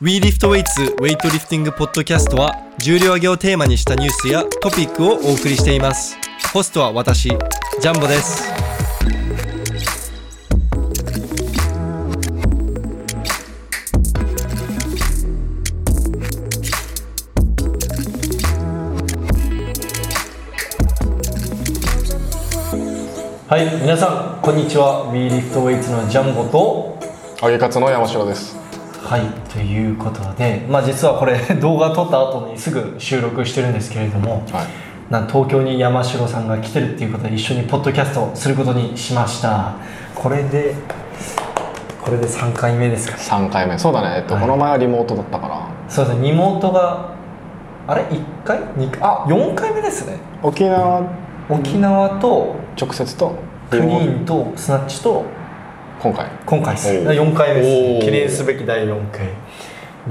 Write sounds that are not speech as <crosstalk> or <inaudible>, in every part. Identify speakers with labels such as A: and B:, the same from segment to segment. A: We Lift Weights ウェイトリフティングポッドキャストは重量挙げをテーマにしたニュースやトピックをお送りしていますホストは私ジャンボですはい皆さんこんにちは We Lift Weights のジャンボと
B: 揚げカツの山城です
A: はいということで、まあ、実はこれ <laughs> 動画撮った後にすぐ収録してるんですけれども、
B: はい
A: なん東京に山城さんが来てるっていうことで一緒にポッドキャストをすることにしましたこれでこれで3回目ですかね
B: 3回目そうだね、えっと
A: はい
B: この前はリモートだったから
A: そうですね妹があれ1回2回あ4回目ですね
B: 沖縄
A: 沖縄と
B: 直接と
A: ク
B: リ
A: リ
B: モート
A: ーンとスナッチと
B: 今回
A: 今回です
B: おう
A: 4回目
B: お
A: で
B: う
A: す記念すべき第4回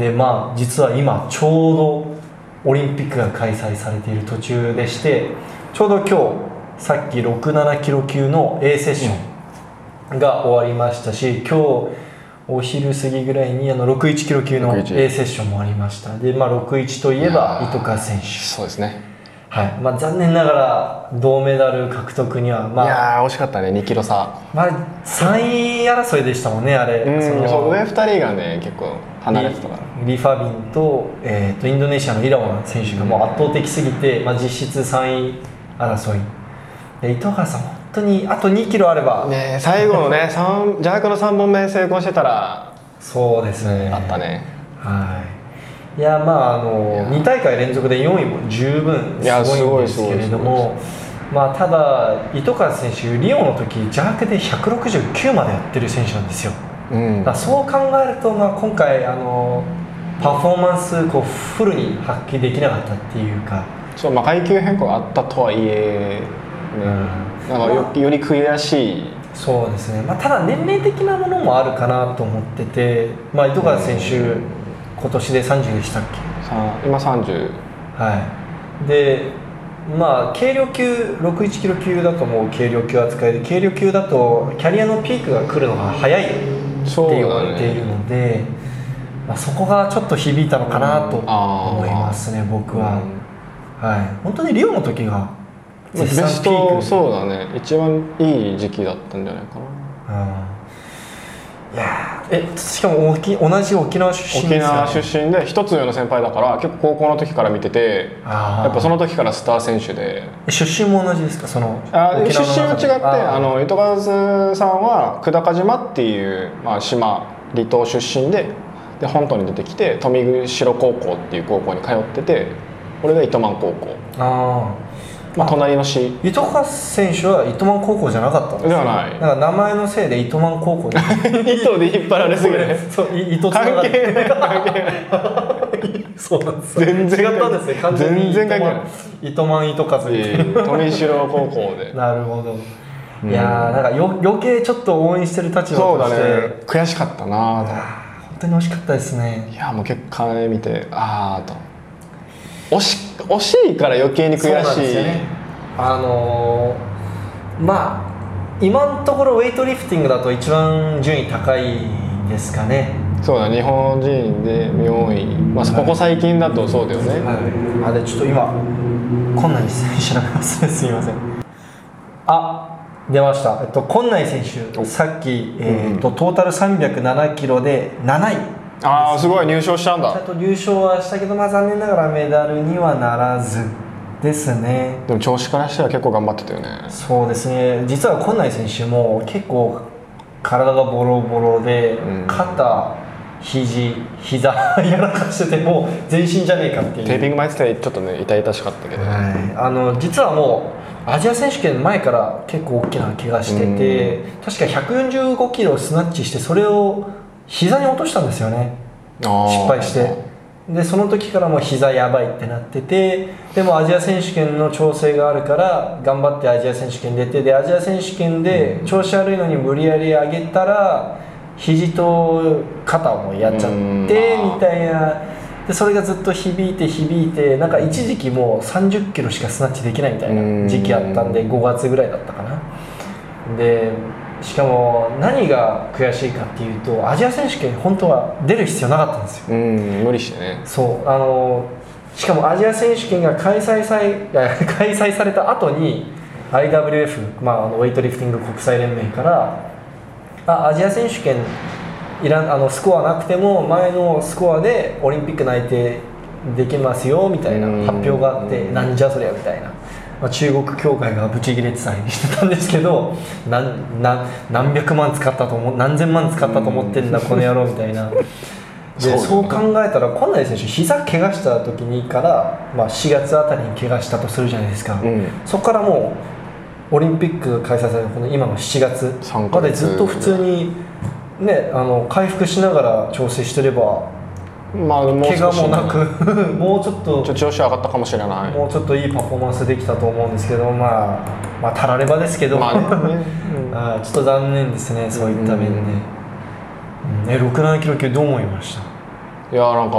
A: でまあ実は今ちょうどオリンピックが開催されている途中でしてちょうど今日さっき67キロ級の A セッションが終わりましたし今日お昼過ぎぐらいにあの61キロ級の A
B: 61
A: セッションもありましたでまあ61といえば
B: いやー
A: 糸川選手
B: そうですね、
A: はいまあ残念ながら銅メダル獲得にはま
B: い
A: あ
B: やー惜しかったね2キロ差
A: まあ3位争いでしたもんねあれ
B: うん
A: その
B: そう上2人がね結構離れてたから
A: リリファビンと,、えーとインドネシアのイラワン選手がもう圧倒的すぎて、まあ、実質3位争いで糸原さん本当にあと2キロあれば、
B: ね最後のね <laughs> 三邪悪の3本目成功してたら
A: そうですね
B: あったね
A: はいいやまああ
B: い
A: の
B: や
A: 2大会連続で4位も十分
B: いや
A: すごいんです
B: すごい
A: けれどもまあただ糸川選手リオの時邪悪で169までやってる選手なんですよ
B: うん
A: まあ、そう考えると、まあ、今回あのパフォーマンスこうフルに発揮できなかったっていうか、
B: そうまあ階級変更があったとはいえねなんかよより悔しい
A: そうですね、まあ、ただ年齢的なものもあるかなと思ってて、まあ、糸川選手今年で30でしたっけ
B: さ今30
A: はいでまあ軽量級61キロ級だともう軽量級扱いで軽量級だとキャリアのピークが来るのが早いって
B: そうだね
A: 言われているのでまあ、そこがちょっと響いたのかなと思いますね僕は。
B: うん
A: はい、本当にリオの時が
B: ベ
A: 絶賛
B: ス
A: ピーク
B: トそうだね一番いい時期だったんじゃないかな
A: うんいやーえしかもおき同じ沖縄出身
B: 沖縄出
A: 身
B: 身で一つ上の先輩だから結構高校の時から見てて
A: あ
B: やっぱそ
A: の
B: の時からスター選手で
A: 出身も同じですかその
B: あ
A: 沖
B: 出
A: 縄の
B: 身は違って
A: 中
B: あの糸数さんは久高島っていう、まあ、島離島出身でで本島に出てきて富城高校っていう高校に通っててこれが糸満高校、
A: あ
B: まあ、
A: あ
B: 隣の市
A: ー糸川選手は糸満高校じゃなかったんです
B: ではない
A: んか名前のせいで糸満高校に
B: 糸で引っ張られ <laughs> すぎて
A: <laughs> そうい糸つな
B: 関
A: がって
B: 係ない関係ない
A: <laughs> そうなんです
B: 全然
A: 違ったんですね完全に
B: 全然関係ない
A: 糸満糸数
B: いえいえ富城高校で
A: なるほど、
B: うん
A: いやーなんかよ余計ちょっと応援してる立場として
B: そうだね悔しかったなと
A: あー本当に惜しかったですね
B: いやもう結果ね見てああと惜し惜しいから余計に
A: そう
B: 悔
A: なんで
B: しい
A: すよねあのーまあ今のところウェイトリフティングだと一番順位高いですかね、
B: そうだ日本人で4位、まあ、ここ最近だとそうだよね、
A: あでちょっと今こんなに調べますねすみませんあ出ました、えっと、今内選手さっき、えーっとトータル307キロで7位
B: ああすごい入賞したん
A: ちゃん
B: だ
A: と優勝はしたけど、まあ、残念ながらメダルにはならずですね
B: でも調子からしたら結構頑張ってたよね
A: そうですね実は今内選手も結構体がボロボロで、
B: うん
A: 肩肘膝 <laughs> やらかしててもう全身じゃねえかっていう
B: テーピング巻いててちょっとね痛々しかったけど、
A: はい、あの実はもうアジア選手権前から結構大きな怪我してて確か145キロをスナッチしてそれを膝に落としたんですよね
B: あー
A: 失敗してでその時からもう膝やばいってなっててでもアジア選手権の調整があるから頑張ってアジア選手権出てでアジア選手権で調子悪いのに無理やり上げたら肘と肩をもうやっちゃっ
B: うん
A: て
B: あー
A: みたいなでそれがずっと響いて響いてなんか一時期もう3 0キロしかスナッチできないみたいな時期あったんで
B: うん
A: 5月ぐらいだったかなでしかも何が悔しいかっていうとアジア選手権本当は出る必要なかったんですよ
B: うん無理してね
A: そうあのしかもアジア選手権が開催さえ <laughs> 開催された後に IWF、まあ、あのウェイトリフティング国際連盟からあアジア選手権いらんあのスコアなくても前のスコアでオリンピック内定できますよみたいな
B: うん
A: 発表があってなんじゃそりゃみたいな、まあ、中国協会がブチギレてたりしてたんですけどなんなん何百万使ったと思何千万使ったと思ってんだこの野郎みたいな。
B: そう
A: で
B: だね
A: そう考えたら、今内選手、膝怪我した時にから、まあ、4月あたりに怪我したとするじゃないですか、
B: うん
A: そこからもう、オリンピックが開催されるこの今の7月
B: 3
A: ま
B: ヶ月
A: でずっと普通に、ね、あの回復しながら調整してれば、
B: まあもう
A: 怪我
B: 少し
A: もなく、 <laughs> もうちょっ
B: ちょ
A: と。
B: 調子上がったかもしれない
A: もうちょっといいパフォーマンスできたと思うんですけど、まあ、まあ、たらればですけど、
B: まあね
A: <laughs> あーちょっと残念ですね、そういった面で。うん、え、6、7キロ級、どう思いまし
B: いやなんか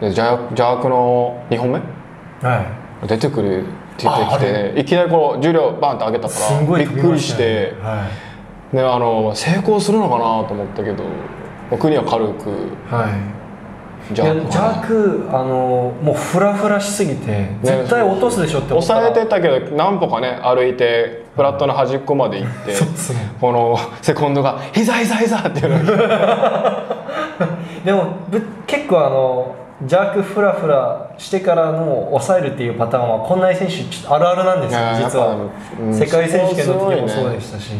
B: ね邪悪邪悪の2本目
A: たはい
B: 出てくるって言って
A: あ
B: きてねいきなりこの重量バンって上げた
A: す
B: から
A: んごい
B: びっ
A: 飛び
B: く
A: ま
B: り
A: し
B: した
A: ね
B: て、ね、あの成功するのかなと思ったけど僕には軽く
A: はい、はい
B: ジ
A: い
B: ャ
A: や
B: ーク
A: ジャークあのもうフラフラしすぎて絶対落とすでしょって思った
B: 抑
A: ら
B: えてたけど何歩かね歩いてフラットの端っこまで行っ
A: <laughs>
B: て
A: そうですね
B: このセコンドが「膝膝膝」っていうのが
A: でもぶ結構あのジャークフラフラしてからの抑えるっていうパターンはこんな選手ちょっとあるあるなんですよ
B: いや
A: 実
B: やっ
A: は
B: ぱうん
A: 世界選手権の時も
B: そこはす
A: そう
B: ごいね
A: でしたし、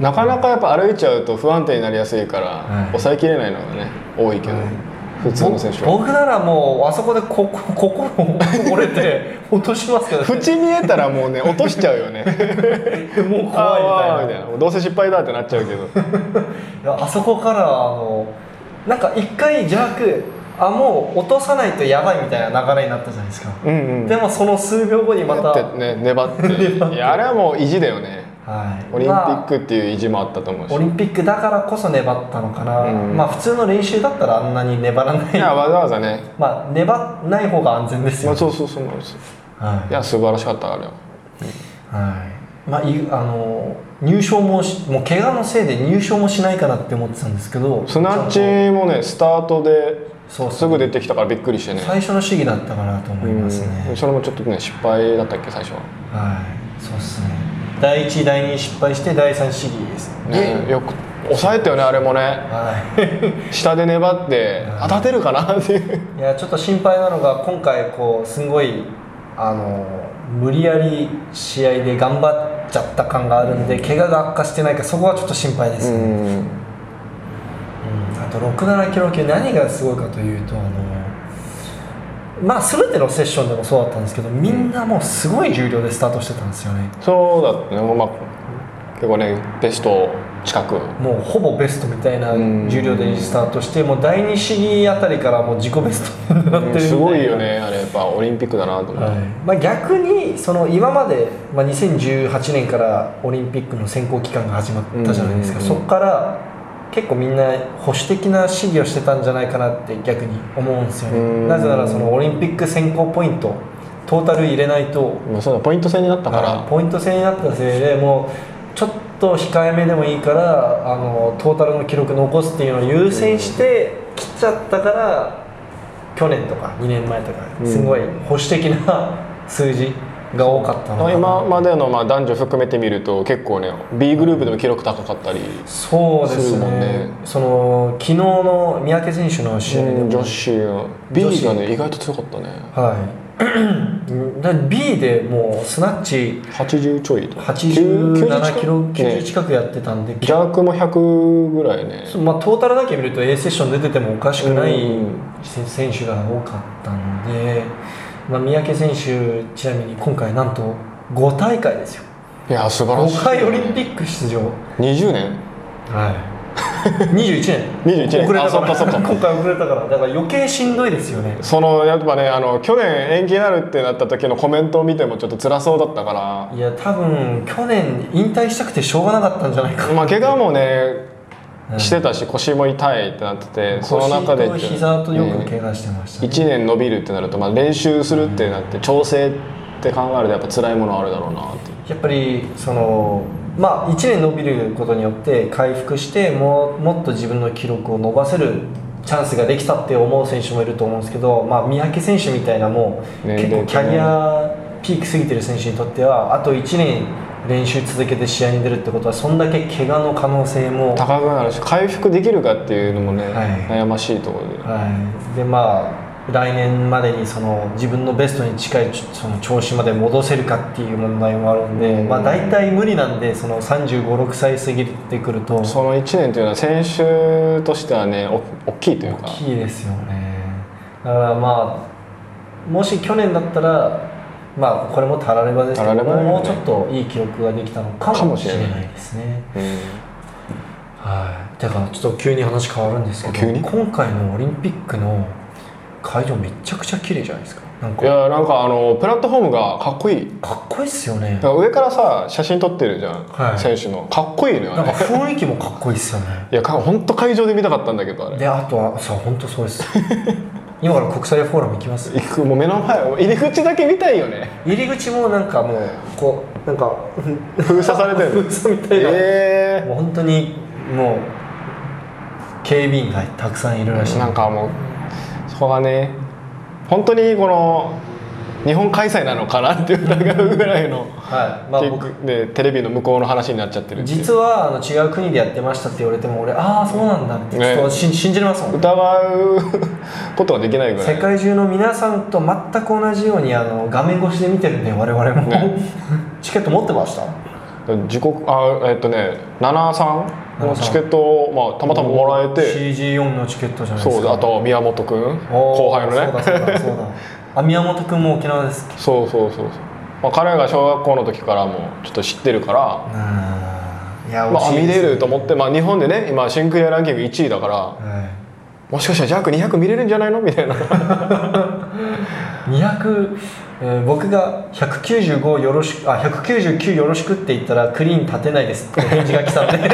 B: なかなかやっぱ歩いちゃうと不安定になりやすいから、
A: はい
B: 抑えきれないのがね多いけど、
A: はい
B: 普通の選手
A: ぼ
B: は
A: 僕ならもうあそこでここここ折れて落としますけどね
B: 縁見えたらもうね落としちゃうよ
A: <laughs>
B: ね
A: もう怖いみ
B: あ
A: たい
B: ーみ
A: な
B: たいなどうせ失敗だってなっちゃうけど
A: いやあそこからあのなんか一回ジャークあもう落とさないとやばいみたいな流れになったじゃないですか、
B: うんうん
A: でもその数秒後にまた
B: だってね粘
A: <laughs>
B: っていやあれはもう意地だよね
A: はい
B: オリンピッ
A: ま
B: クっていう意地もあったと思う
A: あオ
B: し
A: リンピックだからこそ粘ったのかな、
B: うん
A: まあ普通の練習だったらあんなに粘らない <laughs>
B: いや
A: い
B: わざわざね、
A: まあ粘らない方が安全です
B: ま
A: よ、
B: あ、そうそうそうなんです
A: はい
B: いや素晴らしかったあれは
A: はいまあ、いあの入賞もしもう怪我のせいで入賞もしないかなって思ってたんですけど
B: スナッチもねスタートで
A: そう
B: す
A: そう
B: ぐ出てきたからびっくりしてね
A: 最初の試技だったかなと思いますね、
B: うんそれもちょっとね失敗だったっけ最初は、
A: はい、そうっすね。第一、第二失敗して、第三試技です。
B: ね、よく抑えたよねあれもね
A: は
B: 下で粘って当たってるかなっていう
A: い。いや、ちょっと心配なのが、今回こう、すごい、あの。無理やり試合で頑張っちゃった感があるんで、怪我が悪化してないか、そこはちょっと心配ですね。うんあと6、7キロ級、何がすごいかというと、あの。まあ、全てのセッションでもそうだったんですけどみんなもうすごい重量でスタートしてたんですよね、
B: そうだったねもうまあ結構ねベスト近く
A: もうほぼベストみたいな
B: うん
A: 重量でスタートして、もう第2試技あたりからもう自己ベストになってるみたいな
B: すごいよ、ねあれやっぱオリンピックだなと思って、
A: はいまあ、逆にその今まで、まあ、2018年からオリンピックの選考期間が始まったじゃないですか、
B: うん
A: そこから結構みんな保守的な試技をしてたんじゃないかなって逆に思うんですよ
B: うん
A: ねなぜならそのオリンピック選考ポイントトータル入れないと
B: もうそうだポイント制になったから、
A: ポイント制になったせいでもうちょっと控えめでもいいからあのトータルの記録残すっていうのを優先して切っちゃったから、去年とか2年前とか
B: うん
A: すごい保守的な数字が多かったのかな
B: 今までのまあ男女含めてみると結構ね B グループでも記録高かったり、
A: そうですす
B: るもん
A: ね
B: ね
A: その昨日の三宅選手の試合でも、
B: 女子の B がね意外と強かったね
A: はい、 <clears throat> だから B でもうスナッチ
B: 80ちょいと
A: 87キロ
B: 90近く
A: 90
B: ね
A: 近くやってたんで、
B: ジャークも100ぐらいね
A: そうまあ、トータルだけ見ると A セッション出ててもおかしくない
B: うん
A: せ選手が多かったので、まあ、三宅選手ちなみに今回なんと5大会ですよ
B: いや素晴らしい、
A: 5回オリンピック出場
B: 20年
A: はい21年
B: 21年
A: 遅れたか
B: あそっかそっ
A: ら
B: か
A: 今回遅れたからだから余計しんどいですよね
B: そのやっぱねあの去年延期になるってなった時のコメントを見てもちょっと辛そうだったから
A: いや多分去年引退したくてしょうがなかったんじゃないか
B: まあ怪我もね
A: うん
B: してたし腰も痛いってなっててその中で
A: 腰と膝とよく
B: ね
A: 怪我してましたね、
B: 1年伸びるってなると、まあ、練習するってなって調整って考えるとやっぱ辛いものあるだろうなって
A: やっぱりそのまあ、1年伸びることによって回復してもうもっと自分の記録を伸ばせるチャンスができたって思う選手もいると思うんですけど、まあ、三宅選手みたいなもう
B: 年
A: 結
B: 齢
A: 構
B: 的
A: キ
B: な
A: ャリアピーク過ぎてる選手にとってはあと1年練習続けて試合に出るってことはそんだけ怪我の可能性も、
B: 高くなるし回復できるかっていうのもね、
A: はい
B: 悩ましいところで
A: はい、でまあ来年までにその自分のベストに近いちょその調子まで戻せるかっていう問題もあるんで、
B: うん
A: まあ、大体無理なんでその3 5 6歳過ぎてくると。
B: その1年というのは選手としてはねお大きいという
A: 大
B: か
A: きいですよねだからまあもし去年だったらまあこれもたらればですけど
B: たらればだよね
A: もうちょっといい記録ができたのか
B: かも
A: も
B: し
A: し
B: れ
A: れ
B: ない
A: ないですね
B: うん
A: はいだからちょっと急に話変わるんですけど
B: 急に
A: 今回のオリンピックの会場めちゃくちゃ綺麗じゃないですかなん
B: い
A: か
B: やなんかあのプラットフォームがかっこいい
A: かっこいいっすよね
B: なんか上からさ写真撮ってるじゃん、
A: はい
B: 選手のかっこいいの
A: な
B: よ
A: んか
B: ね
A: 雰囲気もかっこいいっすよね
B: <laughs> いやかほんと会場で見たかったんだけどあれ
A: であとはさ本当そうです
B: <laughs>
A: 今から国際フォーラム行きます
B: 行くもう目の前入り口だけ見たいよね
A: 入り口もなんかもうこうなんか <laughs>
B: 封鎖されてる
A: 封
B: の
A: 鎖みたいな、
B: え
A: もう本当にもう警備員がたくさんいるらしい
B: ー、なんかもうそこがね本当にこの日本開催なのかなって疑うぐらいの、
A: はいまあ僕
B: 結構ね、テレビの向こうの話になっちゃってるっていう
A: 実はあの違う国でやってましたって言われても俺ああそうなんだってち
B: ね
A: ょっとし、信じれますもん
B: 疑うことができないぐらい
A: 世界中の皆さんと全く同じようにあの画面越しで見てるんで我々も、
B: ね
A: <laughs> チケット持ってました
B: 自国あえっとね73のチケットを、まあ、たまたまもらえて
A: CG4 のチケットじゃないです
B: そ
A: か
B: うあと宮本君
A: おー
B: 後輩のね
A: そうだそうだそう
B: <laughs>
A: だあ宮本君も沖縄です
B: そうそうそうそう、まあ、彼が小学校の時からもちょっと知ってるから、
A: うんいや
B: まあ、
A: 惜しい
B: 見
A: です
B: れると思って、まあ、日本でね今シンクエアランキング1位だから
A: はい
B: もしかしたら弱200見れるんじゃないの
A: <laughs>
B: みたいな
A: 200、えー僕が195よろしくあ199よろしくって言ったらクリーン立てないですって返事が来たんで <laughs>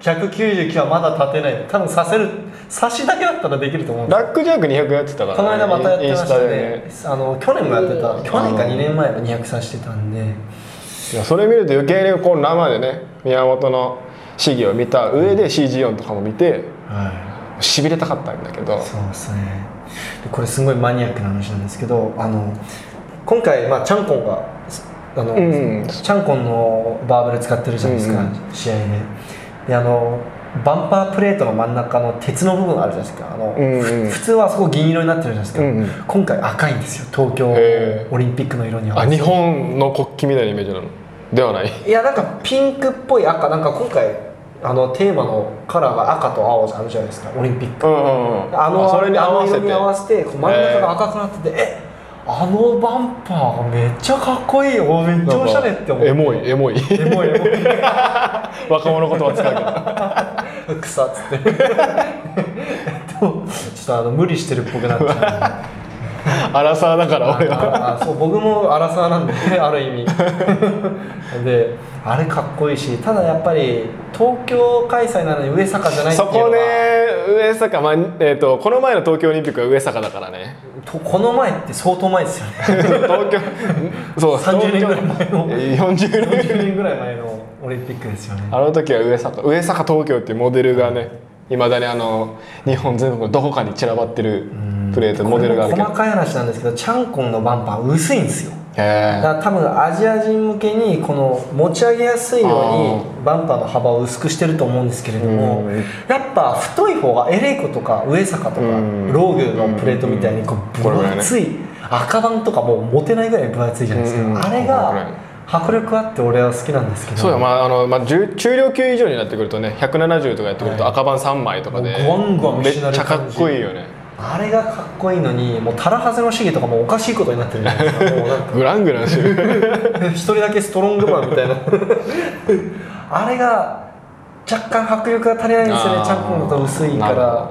A: 199はまだ立てない多分させる差しだけだったらできると思うんです
B: ラックジャック200やってたから、ね、
A: この間またやってましたね
B: インインス
A: あの去年もやってた去年か
B: あの
A: 2年前も200差してたんで
B: タでいやそれ見ると余計にこう生でね宮本の試技を見た上で CG4 とかも見て
A: はい
B: しびれたかったんだけど
A: そうですねでこれすごいマニアックな話なんですけどあの今回、まあ、チャンコンがあの、
B: うん
A: チャンコンのバーベル使ってるじゃないですか、
B: う
A: 試合でであのバンパープレートの真ん中の鉄の部分あるじゃないですかあの、
B: うんうん
A: ふ普通はそこ銀色になってるじゃないですか、
B: うんうん
A: 今回赤いんですよ東京
B: へー
A: オリンピックの色には
B: あ日本の国旗みたいなイメージなのではない
A: いやなんかピンクっぽい赤なんか今回あのテーマのカラーが赤と青じゃあるじゃないですかオリンピック
B: うんうんうん
A: あの
B: それに合わせ
A: あの色
B: て
A: に合わせてこう真ん中が赤くなってて、えあのバンパーがめっちゃかっこいいよめっちゃおしゃれって思う
B: エモいエモい <laughs>
A: エモいエモい
B: 若者言葉使うけ
A: <laughs>
B: ど
A: 草っつって <laughs> でもちょっとあの無理してるっぽくなっち
B: <laughs>
A: ゃう
B: アラサーだから俺は
A: ああそう僕もアラサーなんで <laughs> ねある意味であれかっこいいしただやっぱり東京開催なのに上坂じゃないって
B: そ
A: いうのが
B: こね上坂、まあえー、とこの前の東京オリンピックは上坂だからね
A: とこの前って相当前ですよね <laughs>
B: 東京そう
A: 30年ぐらい前の
B: 40年
A: 40年ぐらい前のオリンピックですよね
B: あの時は上坂上坂東京っていうモデルがねいまだにあの日本全国のどこかに散らばってるプレートモデルがある
A: これ
B: けど
A: も細かい話なんですけどチャンコンのバンパー薄いんですよだ
B: へ
A: から多分アジア人向けにこの持ち上げやすいようにバンパーの幅を薄くしてると思うんですけれども
B: うん
A: やっぱ太い方がエレイコとか上坂とか
B: うん
A: ローグのプレートみたいにこう
B: これぐ
A: 分
B: らいね
A: 厚い赤版とかもう持てないぐらい分厚いじゃないです
B: うん
A: かあれ
B: これぐらい
A: が迫力あって俺は好きなんですけど
B: そうだまああの、まあ、重中量級以上になってくるとね170とかやってくると
A: はい
B: 赤番3枚とかで
A: もうゴンゴン
B: めっち
A: 失われ
B: ゃ
A: る
B: か
A: 感
B: っ
A: じ
B: こいいよね
A: あれがかっこいいのにもうタラハゼの主義とかもうおかしいことになってるじゃないですか
B: <laughs>
A: もうなんか
B: グラングラン
A: <laughs>
B: してる
A: 一人だけストロングマンみたいなあれが若干迫力が足りないんですよ
B: あ
A: ね
B: ー
A: チャンコンだと薄いか
B: なる
A: ら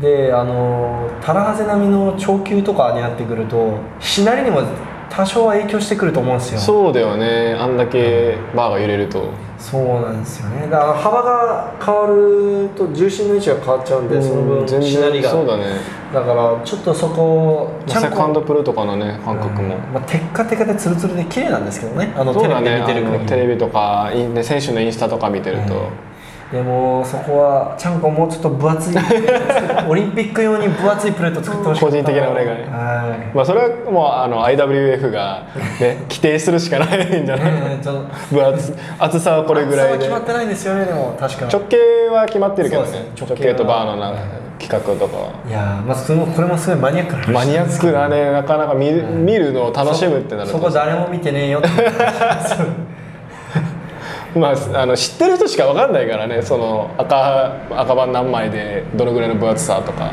A: であのタラハゼ並みの長球とかになってくるとしなりにも多少は影響してくると思うんですよ
B: そうだよねあんだけバーが揺れると
A: そうなんですよねだから幅が変わると重心の位置が変わっちゃうんで、その分
B: 全
A: しなり
B: 然
A: が
B: そうだね
A: だからちょっとそこを
B: セカン
A: と
B: ドプルーとかのね感覚も、
A: まあ、テッカテカでツルツルで綺麗なんですけどねあの
B: そ
A: テ
B: う
A: レビ
B: だね
A: で見てる
B: あ
A: 限
B: の
A: り
B: テレビとかインね選手のインスタとか見てると、
A: でもそこはちゃんこもうちょっと分厚いオリンピック用に分厚いプレート作ってほしい
B: 個人的なお願い
A: は
B: まあそれはもうあの IWF が、 <laughs> ね、規定するしかないんじゃ
A: い、
B: ない、
A: ねえちょっと
B: 分厚厚さはこれぐらい
A: 厚
B: で
A: さは決まってないんですよねでも確か
B: 直径は決まってるけどね
A: そうですね
B: 直径とバーのな
A: 直径は
B: 企画とかはい
A: やーまあそのこれもすごいマニアックな話
B: マニアックだねなかなか見る,、見るのを楽しむってなる
A: そそこと誰も見てねえよって話そう
B: まあ、あの知ってる人しか分かんないからねその赤赤番何枚でどのぐらいの分厚さとか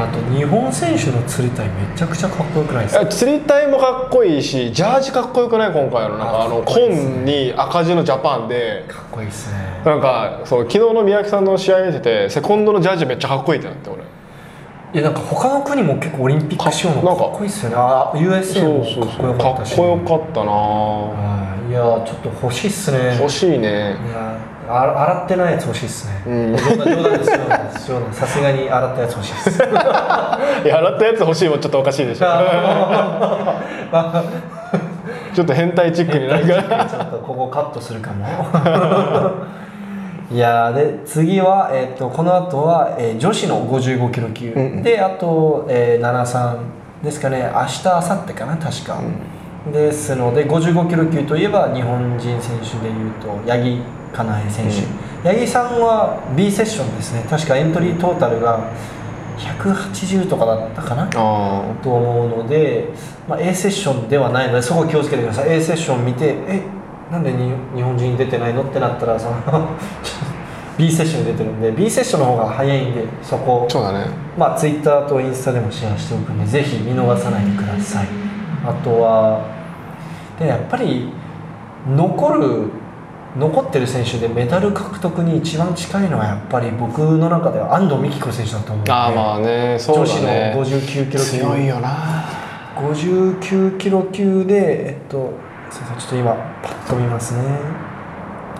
A: あと日本選手の釣りたいめちゃくちゃかっこよくないですか
B: あ釣り体もかっこいいしジャージかっこよくない今回のなんかあの紺に赤字のジャパンで
A: かっこいいですね
B: なんかそう昨日の宮城さんの試合見ててセコンドのジャージめっちゃかっこいいってなって俺
A: いやなんか他の国も結構オリンピック仕様の
B: か
A: か
B: なん
A: っこ
B: か
A: いいっすよねあ USA もかっこよかった
B: っ
A: し
B: こよかったな
A: はいいやーちょっと欲しいっすね
B: 欲しい
A: い
B: ね
A: やーあ洗ってないやつ欲しいっすね、
B: うん
A: 冗談冗談です冗談です冗談ですさすがに洗ったやつ欲しいっ
B: <laughs>
A: す <laughs>
B: いや洗ったやつ欲しいもちょっとおかしいでしょちょっと変態チックになるから
A: ちょっとここカットするかも <laughs> いやーで次は、えっとこの後は、えー女子の55キロ級、
B: うん
A: であと、えー、73ですかね明日明後日かな確か、ですので55キロ級といえば日本人選手でいうと八木かなえ選手、八木さんは B セッションですね確かエントリートータルが180とかだったかな
B: あ
A: と思うので、まあ、A セッションではないのでそこ気をつけてください A セッション見てえなんでに日本人出てないのってなったらその <laughs> B セッションに出てるんで B セッションの方が早いんでそこ
B: あそうだね
A: まあ、ツイッターとインスタでもシェアしておくんでぜひ見逃さないでくださいあとはでやっぱり残る残ってる選手でメダル獲得に一番近いのはやっぱり僕の中では安藤美希子選手だと思うんで
B: ああまあねそ
A: 女
B: うだ
A: 子の
B: ね
A: 59キロ級
B: 強いよな
A: 59キロ級で、えっと、すいません、ちょっと今、パッと見ますね。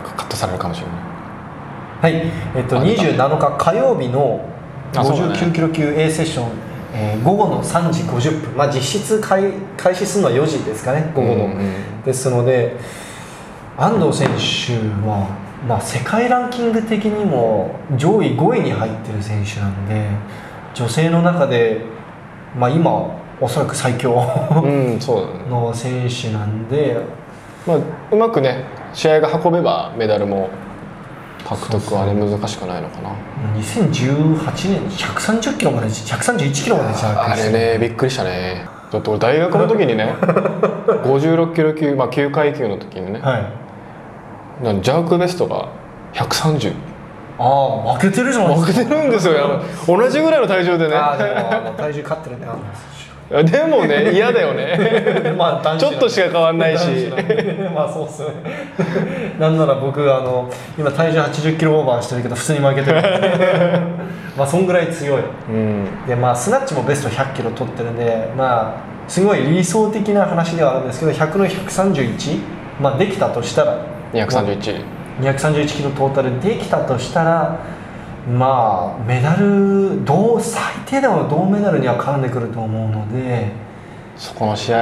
B: カットされるかもしれない
A: はい、えっと、
B: あ出た
A: 27日火曜日の
B: あそうだね
A: 59キロ級 A セッション、えー午後の3時50分、まあ、実質開開始するのは4時ですかね、午後の。
B: うんうん
A: ですので、安藤選手は、まあ、世界ランキング的にも上位5位に入ってる選手なので、女性の中で、まあ、今、おそらく最強。
B: うんそうだね
A: の選手なんで
B: まあ、うまくね試合が運べばメダルも獲得はね難しくないのかな
A: 2018年130キロまで131キロまでジャー
B: あ
A: クし
B: れ
A: て
B: ねびっくりしたねだって俺大学の時に
A: <laughs>
B: ね56キロ級、まあ、9階級の時にね
A: はい
B: なんかジャークベストが130
A: ああ負けてるじゃないですか
B: 負けてるんですよやばい同じぐらいの体重でね
A: ああでもあの体重勝ってるねあの
B: でもね嫌だ
A: <laughs>
B: よね
A: まあ男子
B: ちょっとしか変わんないし
A: 男子なんでまあそうっすね <laughs> なんなら僕あの今体重80キロオーバーしてるけど普通に負けてる <laughs> まあそんぐらい強い
B: うん
A: でまあスナッチもベスト100キロ取ってるんでまあすごい理想的な話ではあるんですけど100の131、まあ、できたとしたら
B: 231
A: 231キロトータルできたとしたらまあメダル銅最低でも銅メダルには絡んでくると思うので、
B: そこの試合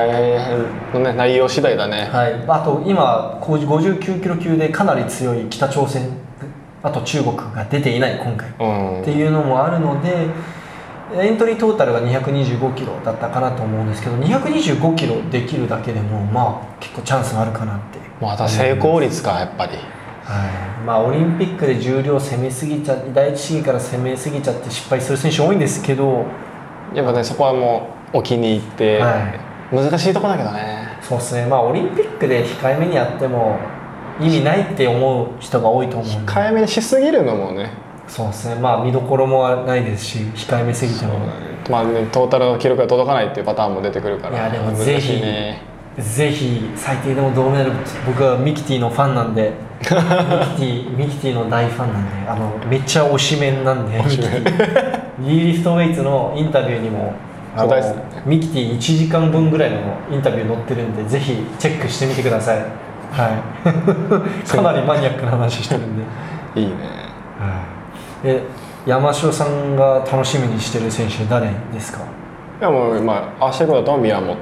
B: のね内容次第だね
A: はい、あと今こう59キロ級でかなり強い北朝鮮あと中国が出ていない今回
B: うん
A: っていうのもあるのでエントリートータルが225キロだったかなと思うんですけど225キロできるだけでもまあ結構チャンスがあるかなって、
B: また成功率かやっぱり
A: はいまあ、オリンピックで重量攻めすぎちゃ第一試技から攻めすぎちゃって失敗する選手多いんですけど
B: やっぱねそこはもうお気に入って、
A: は
B: 難しいとこだけどね
A: そうですねまあオリンピックで控えめにやっても意味ないって思う人が多いと思うんで
B: 控えめにしすぎるのもね
A: そうですねまあ見どころもないですし控えめすぎても
B: まあねトータルの記録が届かないっていうパターンも出てくるから
A: いやでもぜひ
B: 難しいね
A: ぜひ最低でも銅メダル僕はミキティのファンなんでミキティミキティの大ファンなんであのめっちゃ推しメンなんでミキティリーリフトウェイツのインタビューにもあの
B: そうです
A: ミキティ1時間分ぐらいのインタビュー載ってるんでぜひチェックしてみてくださいはい、かなりマニアックな話してるんで、
B: いいね
A: はい、え山城さんが楽しみにしてる選手誰ですか
B: いやもうまあ明日だと宮本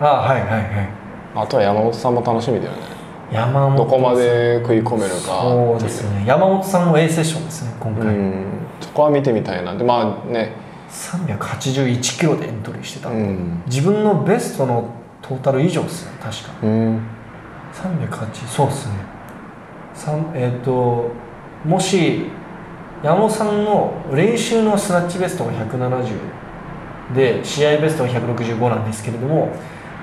A: あはいはいはい
B: あとは山本さんも楽しみだよね
A: 山本
B: どこまで食い込めるか
A: そうですね山本さんも A セッションですね今
B: う
A: 回、
B: んそこは見てみたいなでまあね、
A: 381キロでエントリーしてた、
B: うん
A: 自分のベストのトータル以上ですね確か
B: うん、
A: 308そうですね三えっ、ともし山本さんの練習のスナッチベストが170で試合ベストが165なんですけれども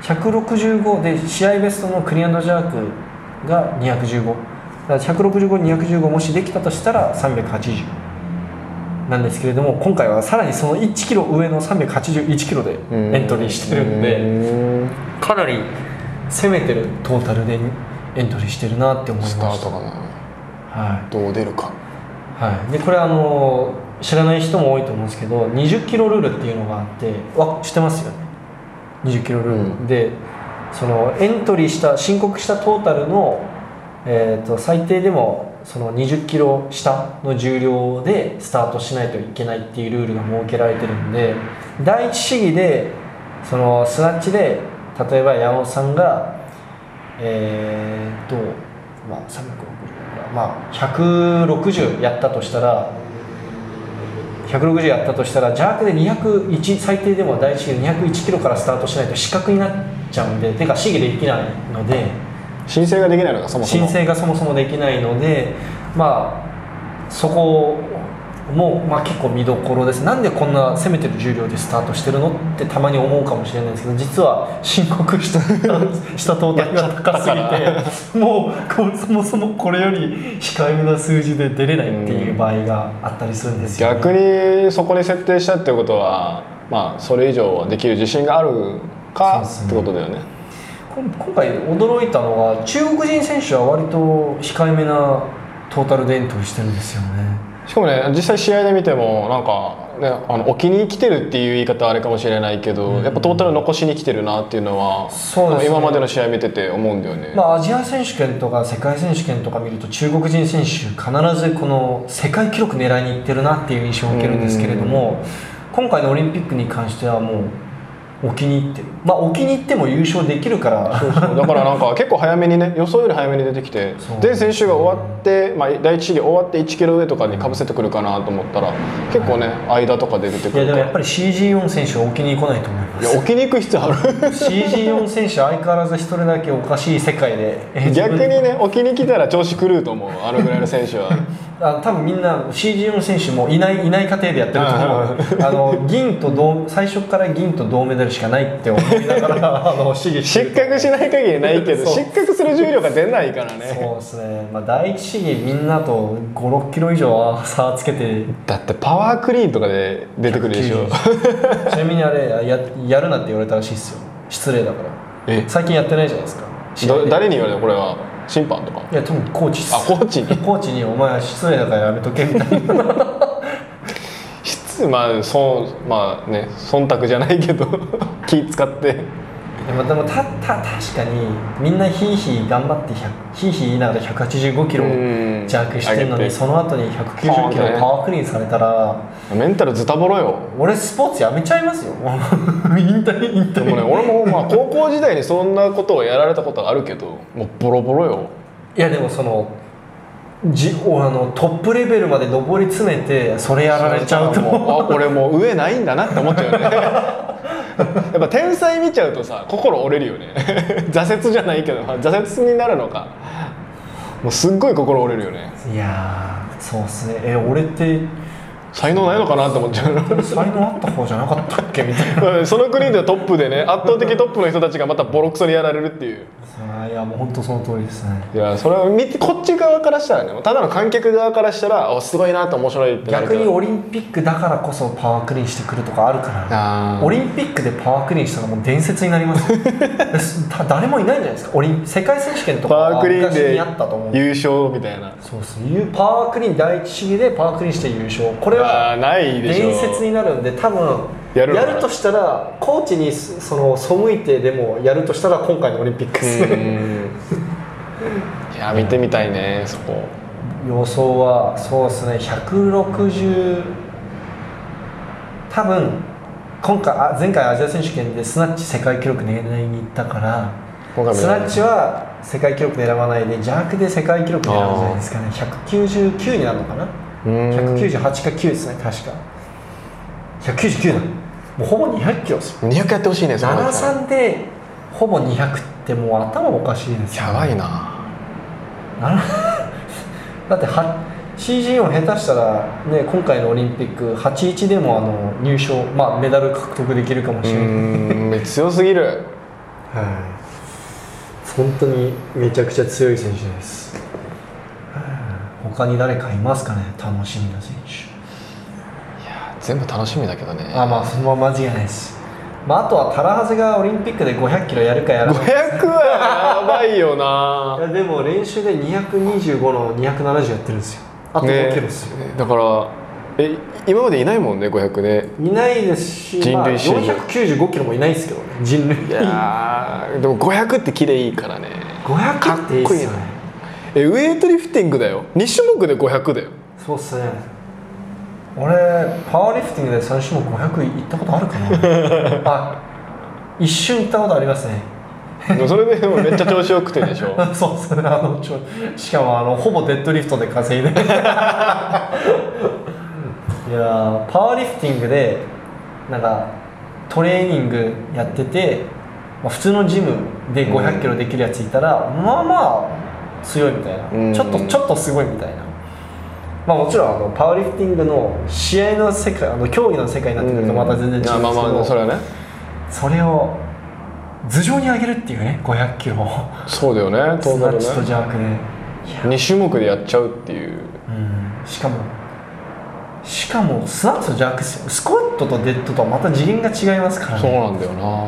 A: 165で試合ベストのクリアンドジャークが215だから165215もしできたとしたら380なんですけれども今回はさらにその1キロ上の381キロでエントリーしてるんで。
B: うん
A: かなり攻めてるトータルでエントリーしてるなって思いまし
B: ス
A: た
B: タートがな
A: は
B: どう出るか
A: い、はい、でこれあの知らない人も多いと思うんですけど20キロルールっていうのがあってわ知ってますよね20キロルール、
B: うん
A: でそのエントリーした申告したトータルの、えー、と最低でもその20キロ下の重量でスタートしないといけないっていうルールが設けられてるんで第一試技でそのスナッチで例えば山本さんがえー、っとまあ360まあ160やったとしたら160やったとしたら邪悪で201最低でも第一試技で201キロからスタートしないと失格になっちゃうんでてか試技できないので
B: 申請ができないのかそもそも
A: 申請がそもそもできないのでまあそこも、まあ、結構見どころですなんでこんな攻めてる重量でスタートしてるのってたまに思うかもしれないんですけど実は申告したしたトータルが高すぎてもうこうそもそもこれより控えめな数字で出れないっていう場合があったりするんですよ、ね、
B: 逆にそこに設定したってことはまあそれ以上はできる自信がある
A: そう
B: か
A: ですね
B: ってことだよね
A: こん今回驚いたのは中国人選手は割と控えめなトータルでエントリーしてるんですよね
B: しかもね実際試合で見てもなんか、ね、あの置きに来てるっていう言い方はあれかもしれないけど、
A: うん
B: やっぱトータル残しに来てるなっていうのは
A: そうですね
B: 今までの試合見てて思うんだよね、
A: まあ、アジア選手権とか世界選手権とか見ると中国人選手必ずこの世界記録狙いにいってるなっていう印象を受けるんですけれども今回のオリンピックに関してはもう置きにいってるまあ置きにいっても優勝できるから
B: そうそうだからなんか結構早めにね予想より早めに出てきて
A: そう
B: 全選手が終わって、まあ、第一試技終わって1キロ上とかにかぶせてくるかなと思ったら結構ね、間とかで出
A: <laughs>
B: て
A: い
B: く
A: や
B: る
A: でも
B: から
A: やっぱり CG4 選手は置きに来ないと思いま
B: いや
A: す
B: 置きに行く必要ある
A: CG4 選手相変わらず一人だけおかしい世界で
B: 逆にね置きに来たら調子狂うと思うあのぐらいの選手 <laughs> は
A: あ多分みんな CG の選手もいないいない過程でやってると思うあの銀と銅最初から銀と銅メダルしかないって思いなが
B: <laughs>
A: らあの試技して
B: 失
A: る
B: 格しない限りないけど
A: そう
B: 失格する重量が出ないからね
A: そうですね、まあ、第一試技みんなと56キロ以上は差つけて
B: だってパワークリーンとかで出てくるでし <laughs> ょ
A: ちなみにあれややるなって言われたらしいっすよ失礼だから
B: え
A: 最近やってないじゃないですか試合
B: ど
A: で
B: 誰に言われたこれは審判とか
A: いや多分コーチっす
B: あコーチに
A: コーチに「お前は失礼だからやめとけ」みたいな
B: 質まあそうまあね忖度じゃないけど <laughs> 気使って
A: でもでもたた確かにみんなヒーヒー頑張って100ヒーヒー言いながら185キロ
B: うん
A: 弱してるの
B: 上げ
A: に
B: て
A: その後に190キ
B: ポーンと
A: ロ
B: ね
A: パワークリーンされたら
B: メンタルズタボロよ
A: 俺スポーツやめちゃいますよ引 <laughs> 退引
B: でもね
A: 退
B: 俺もまあ高校時代にそんなことをやられたことがあるけどもうボロボロよ
A: いやでもそのじおあのトップレベルまで上り詰めてそれやられちゃうと
B: もうあ俺もう上ないんだなって思っちゃうよね <laughs> やっぱ天才見ちゃうとさ心折れるよね <laughs> 挫折じゃないけどまあ挫折になるのかもうすっごい心折れるよね
A: いやーそうっすねえ俺って
B: 才能ないのかなって思っちゃう
A: 才能あった方じゃなかったっけみたいな
B: の <laughs> その国ではトップでね圧倒的トップの人たちがまたボロクソにやられるっていう
A: あーいやもう本当その通りですね
B: いやそれは見てこっち側からしたらねただの観客側からしたらおすごいなって面白いってなる
A: 逆
B: けど
A: にオリンピックだからこそパワークリーンしてくるとかあるから
B: あー
A: オリンピックでパワークリーンしたらもう伝説になり
B: <laughs>
A: ますよですた誰もいないんじゃないですかオリン世界選手権とか
B: パワー
A: は
B: クリーン
A: 昔にあったと思う
B: で優勝みたいな
A: そうですゆパワークリーン第一試技でパワークリーンして優勝これは
B: あーないでしょ
A: 伝説になるんで多分
B: やるのかな
A: としたらコーチにそその背いてでもやるとしたら今回のオリンピックです
B: うんいや見てみたいねそこ
A: 予想はそうですね160多分今回あ前回アジア選手権でスナッチ世界記録狙いに行ったから
B: 今回見
A: ス
B: た
A: ナ
B: い
A: ッチは世界記録狙わないで邪悪で世界記録狙うんじゃないですかね199になるのかな
B: うーん
A: 198か9ですね確か199だもうほぼ200キロですよ
B: 200やってほしいねその人
A: 73でほぼ200ってもう頭おかしいですよ
B: やばいな
A: な <laughs> だっては CG を下手したら、ね、今回のオリンピック81でもあの入賞、まあ、メダル獲得できるかも
B: う
A: しれない、
B: ーん強すぎる
A: はい本当にめちゃくちゃ強い選手ですはい他に誰かいますかね楽しみな選手
B: 全部楽しみだけどね
A: あまあそのまま間違いないです、まあ、あとはタラハゼがオリンピックで500キロやるかやらないか
B: 500はやばいよ
A: い
B: な
A: やでも練習で225の270やってるんですよ <laughs> あと5キロですよ、
B: ねだからえ今までいないもんね500ね
A: いないですし、
B: 人類史上
A: まあ、495キロもいないですけどね人類
B: いやーでも500って綺麗いいからね
A: 500っていいっすよ
B: かっこい
A: ね
B: いえウエイトリフティングだよ2種目で500だよ
A: そうっすね俺パワーリフティングで3種目500行ったことある
B: <laughs>
A: かなあ一瞬行ったことありますね
B: でもそれでもめっちゃ調子よくてでしょ
A: そうっすねあのちょしかもあのほぼデッドリフトで稼いで <laughs> いやーパワーリフティングでなんかトレーニングやってて、まあ、普通のジムで500キロできるやついたら、まあまあ強いみたいな、
B: うん
A: ちょっとちょっとすごいみたいなまあもちろんあのパワーリフティングの試合の世界あの競技の世 <laughs> 界になってくるとまた全然違うんですけ
B: あ
A: ど、
B: まあまあそれはね
A: それを頭上に上げるっていうね500キロを
B: そうだよねト
A: ス
B: ー
A: ナ
B: タ
A: ッチと
B: ルね
A: ジャークで、
B: 2種目でやっちゃうっていう
A: うんしかもしかもスナッチとジャークっすよスクワットとデッドとはまた次元が違いますから
B: そう
A: ね
B: なんだよな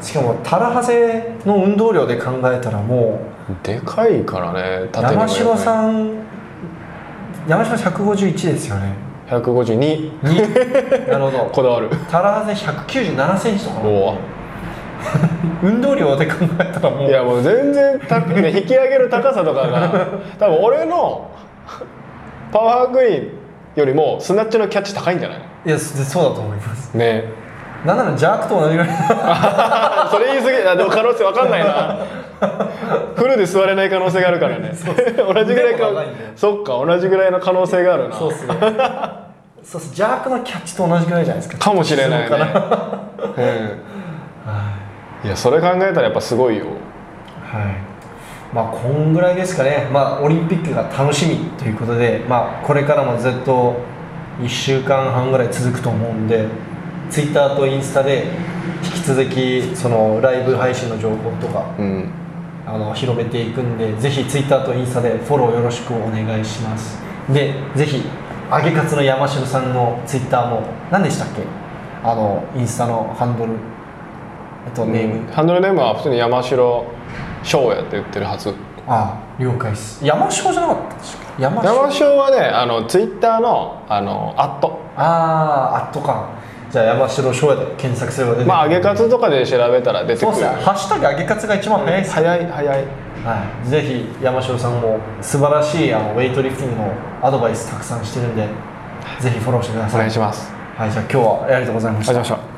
A: しかもタラハゼの運動量で考えたらも
B: でかいからね
A: う山城
B: ん
A: さん山城151ですよね
B: 152
A: 2なるほど
B: こだわる
A: タラハゼ197センチとかな
B: お
A: 運動量で考えたらも
B: お
A: う
B: いやもう全然た、 <laughs> ね、引き上げる高さとかが多分俺のパワーグリーンよりもスナッチのキャッチ高いんじゃない
A: いやそそうだと思います
B: ね
A: なんならジャークと同じぐらい
B: あ <laughs> それ言い過ぎあでも可能性わかんないなフルで座れない可能性があるからね同じぐらい
A: 腕も長いん
B: か
A: で
B: そっか同じぐらいの可能性があるな
A: そうっすねそうっすジャークのキャッチと同じぐらいじゃないですか
B: かもしれないね、うん、いやそれ考えたらやっぱすごいよ
A: はい、まあこんぐらいですかね、まあ、オリンピックが楽しみということで、まあ、これからもずっと1週間半ぐらい続くと思うんでツイッターとインスタで引き続きそのライブ配信の情報とか
B: うん
A: あの広めていくんでぜひツイッターとインスタでフォローよろしくお願いしますでぜひ揚げカツの山城さんのツイッターも何でしたっけあのインスタのハンドルえっとネーム、
B: ハンドルネームは普通に山城翔也って言ってるはず
A: ああ了解です山椒じゃなかったでしょ山椒
B: 山椒はねあのツイッターのあのアット
A: ああーアット感じゃあ山城翔也で検索すれば出てくる
B: まあ揚げカツとかで調べたら出て
A: そ
B: く
A: うっ
B: る
A: すねハッシュタグ揚げカツが一番早いです、
B: 早い早い
A: はい、ぜひ山城さんも素晴らしいあのウェイトリフティングのアドバイスたくさんしてるんでぜひフォローしてくだ
B: お
A: さい
B: 願いします
A: はいじゃあ今日はありがとうございま
B: ありが
A: した
B: とうございました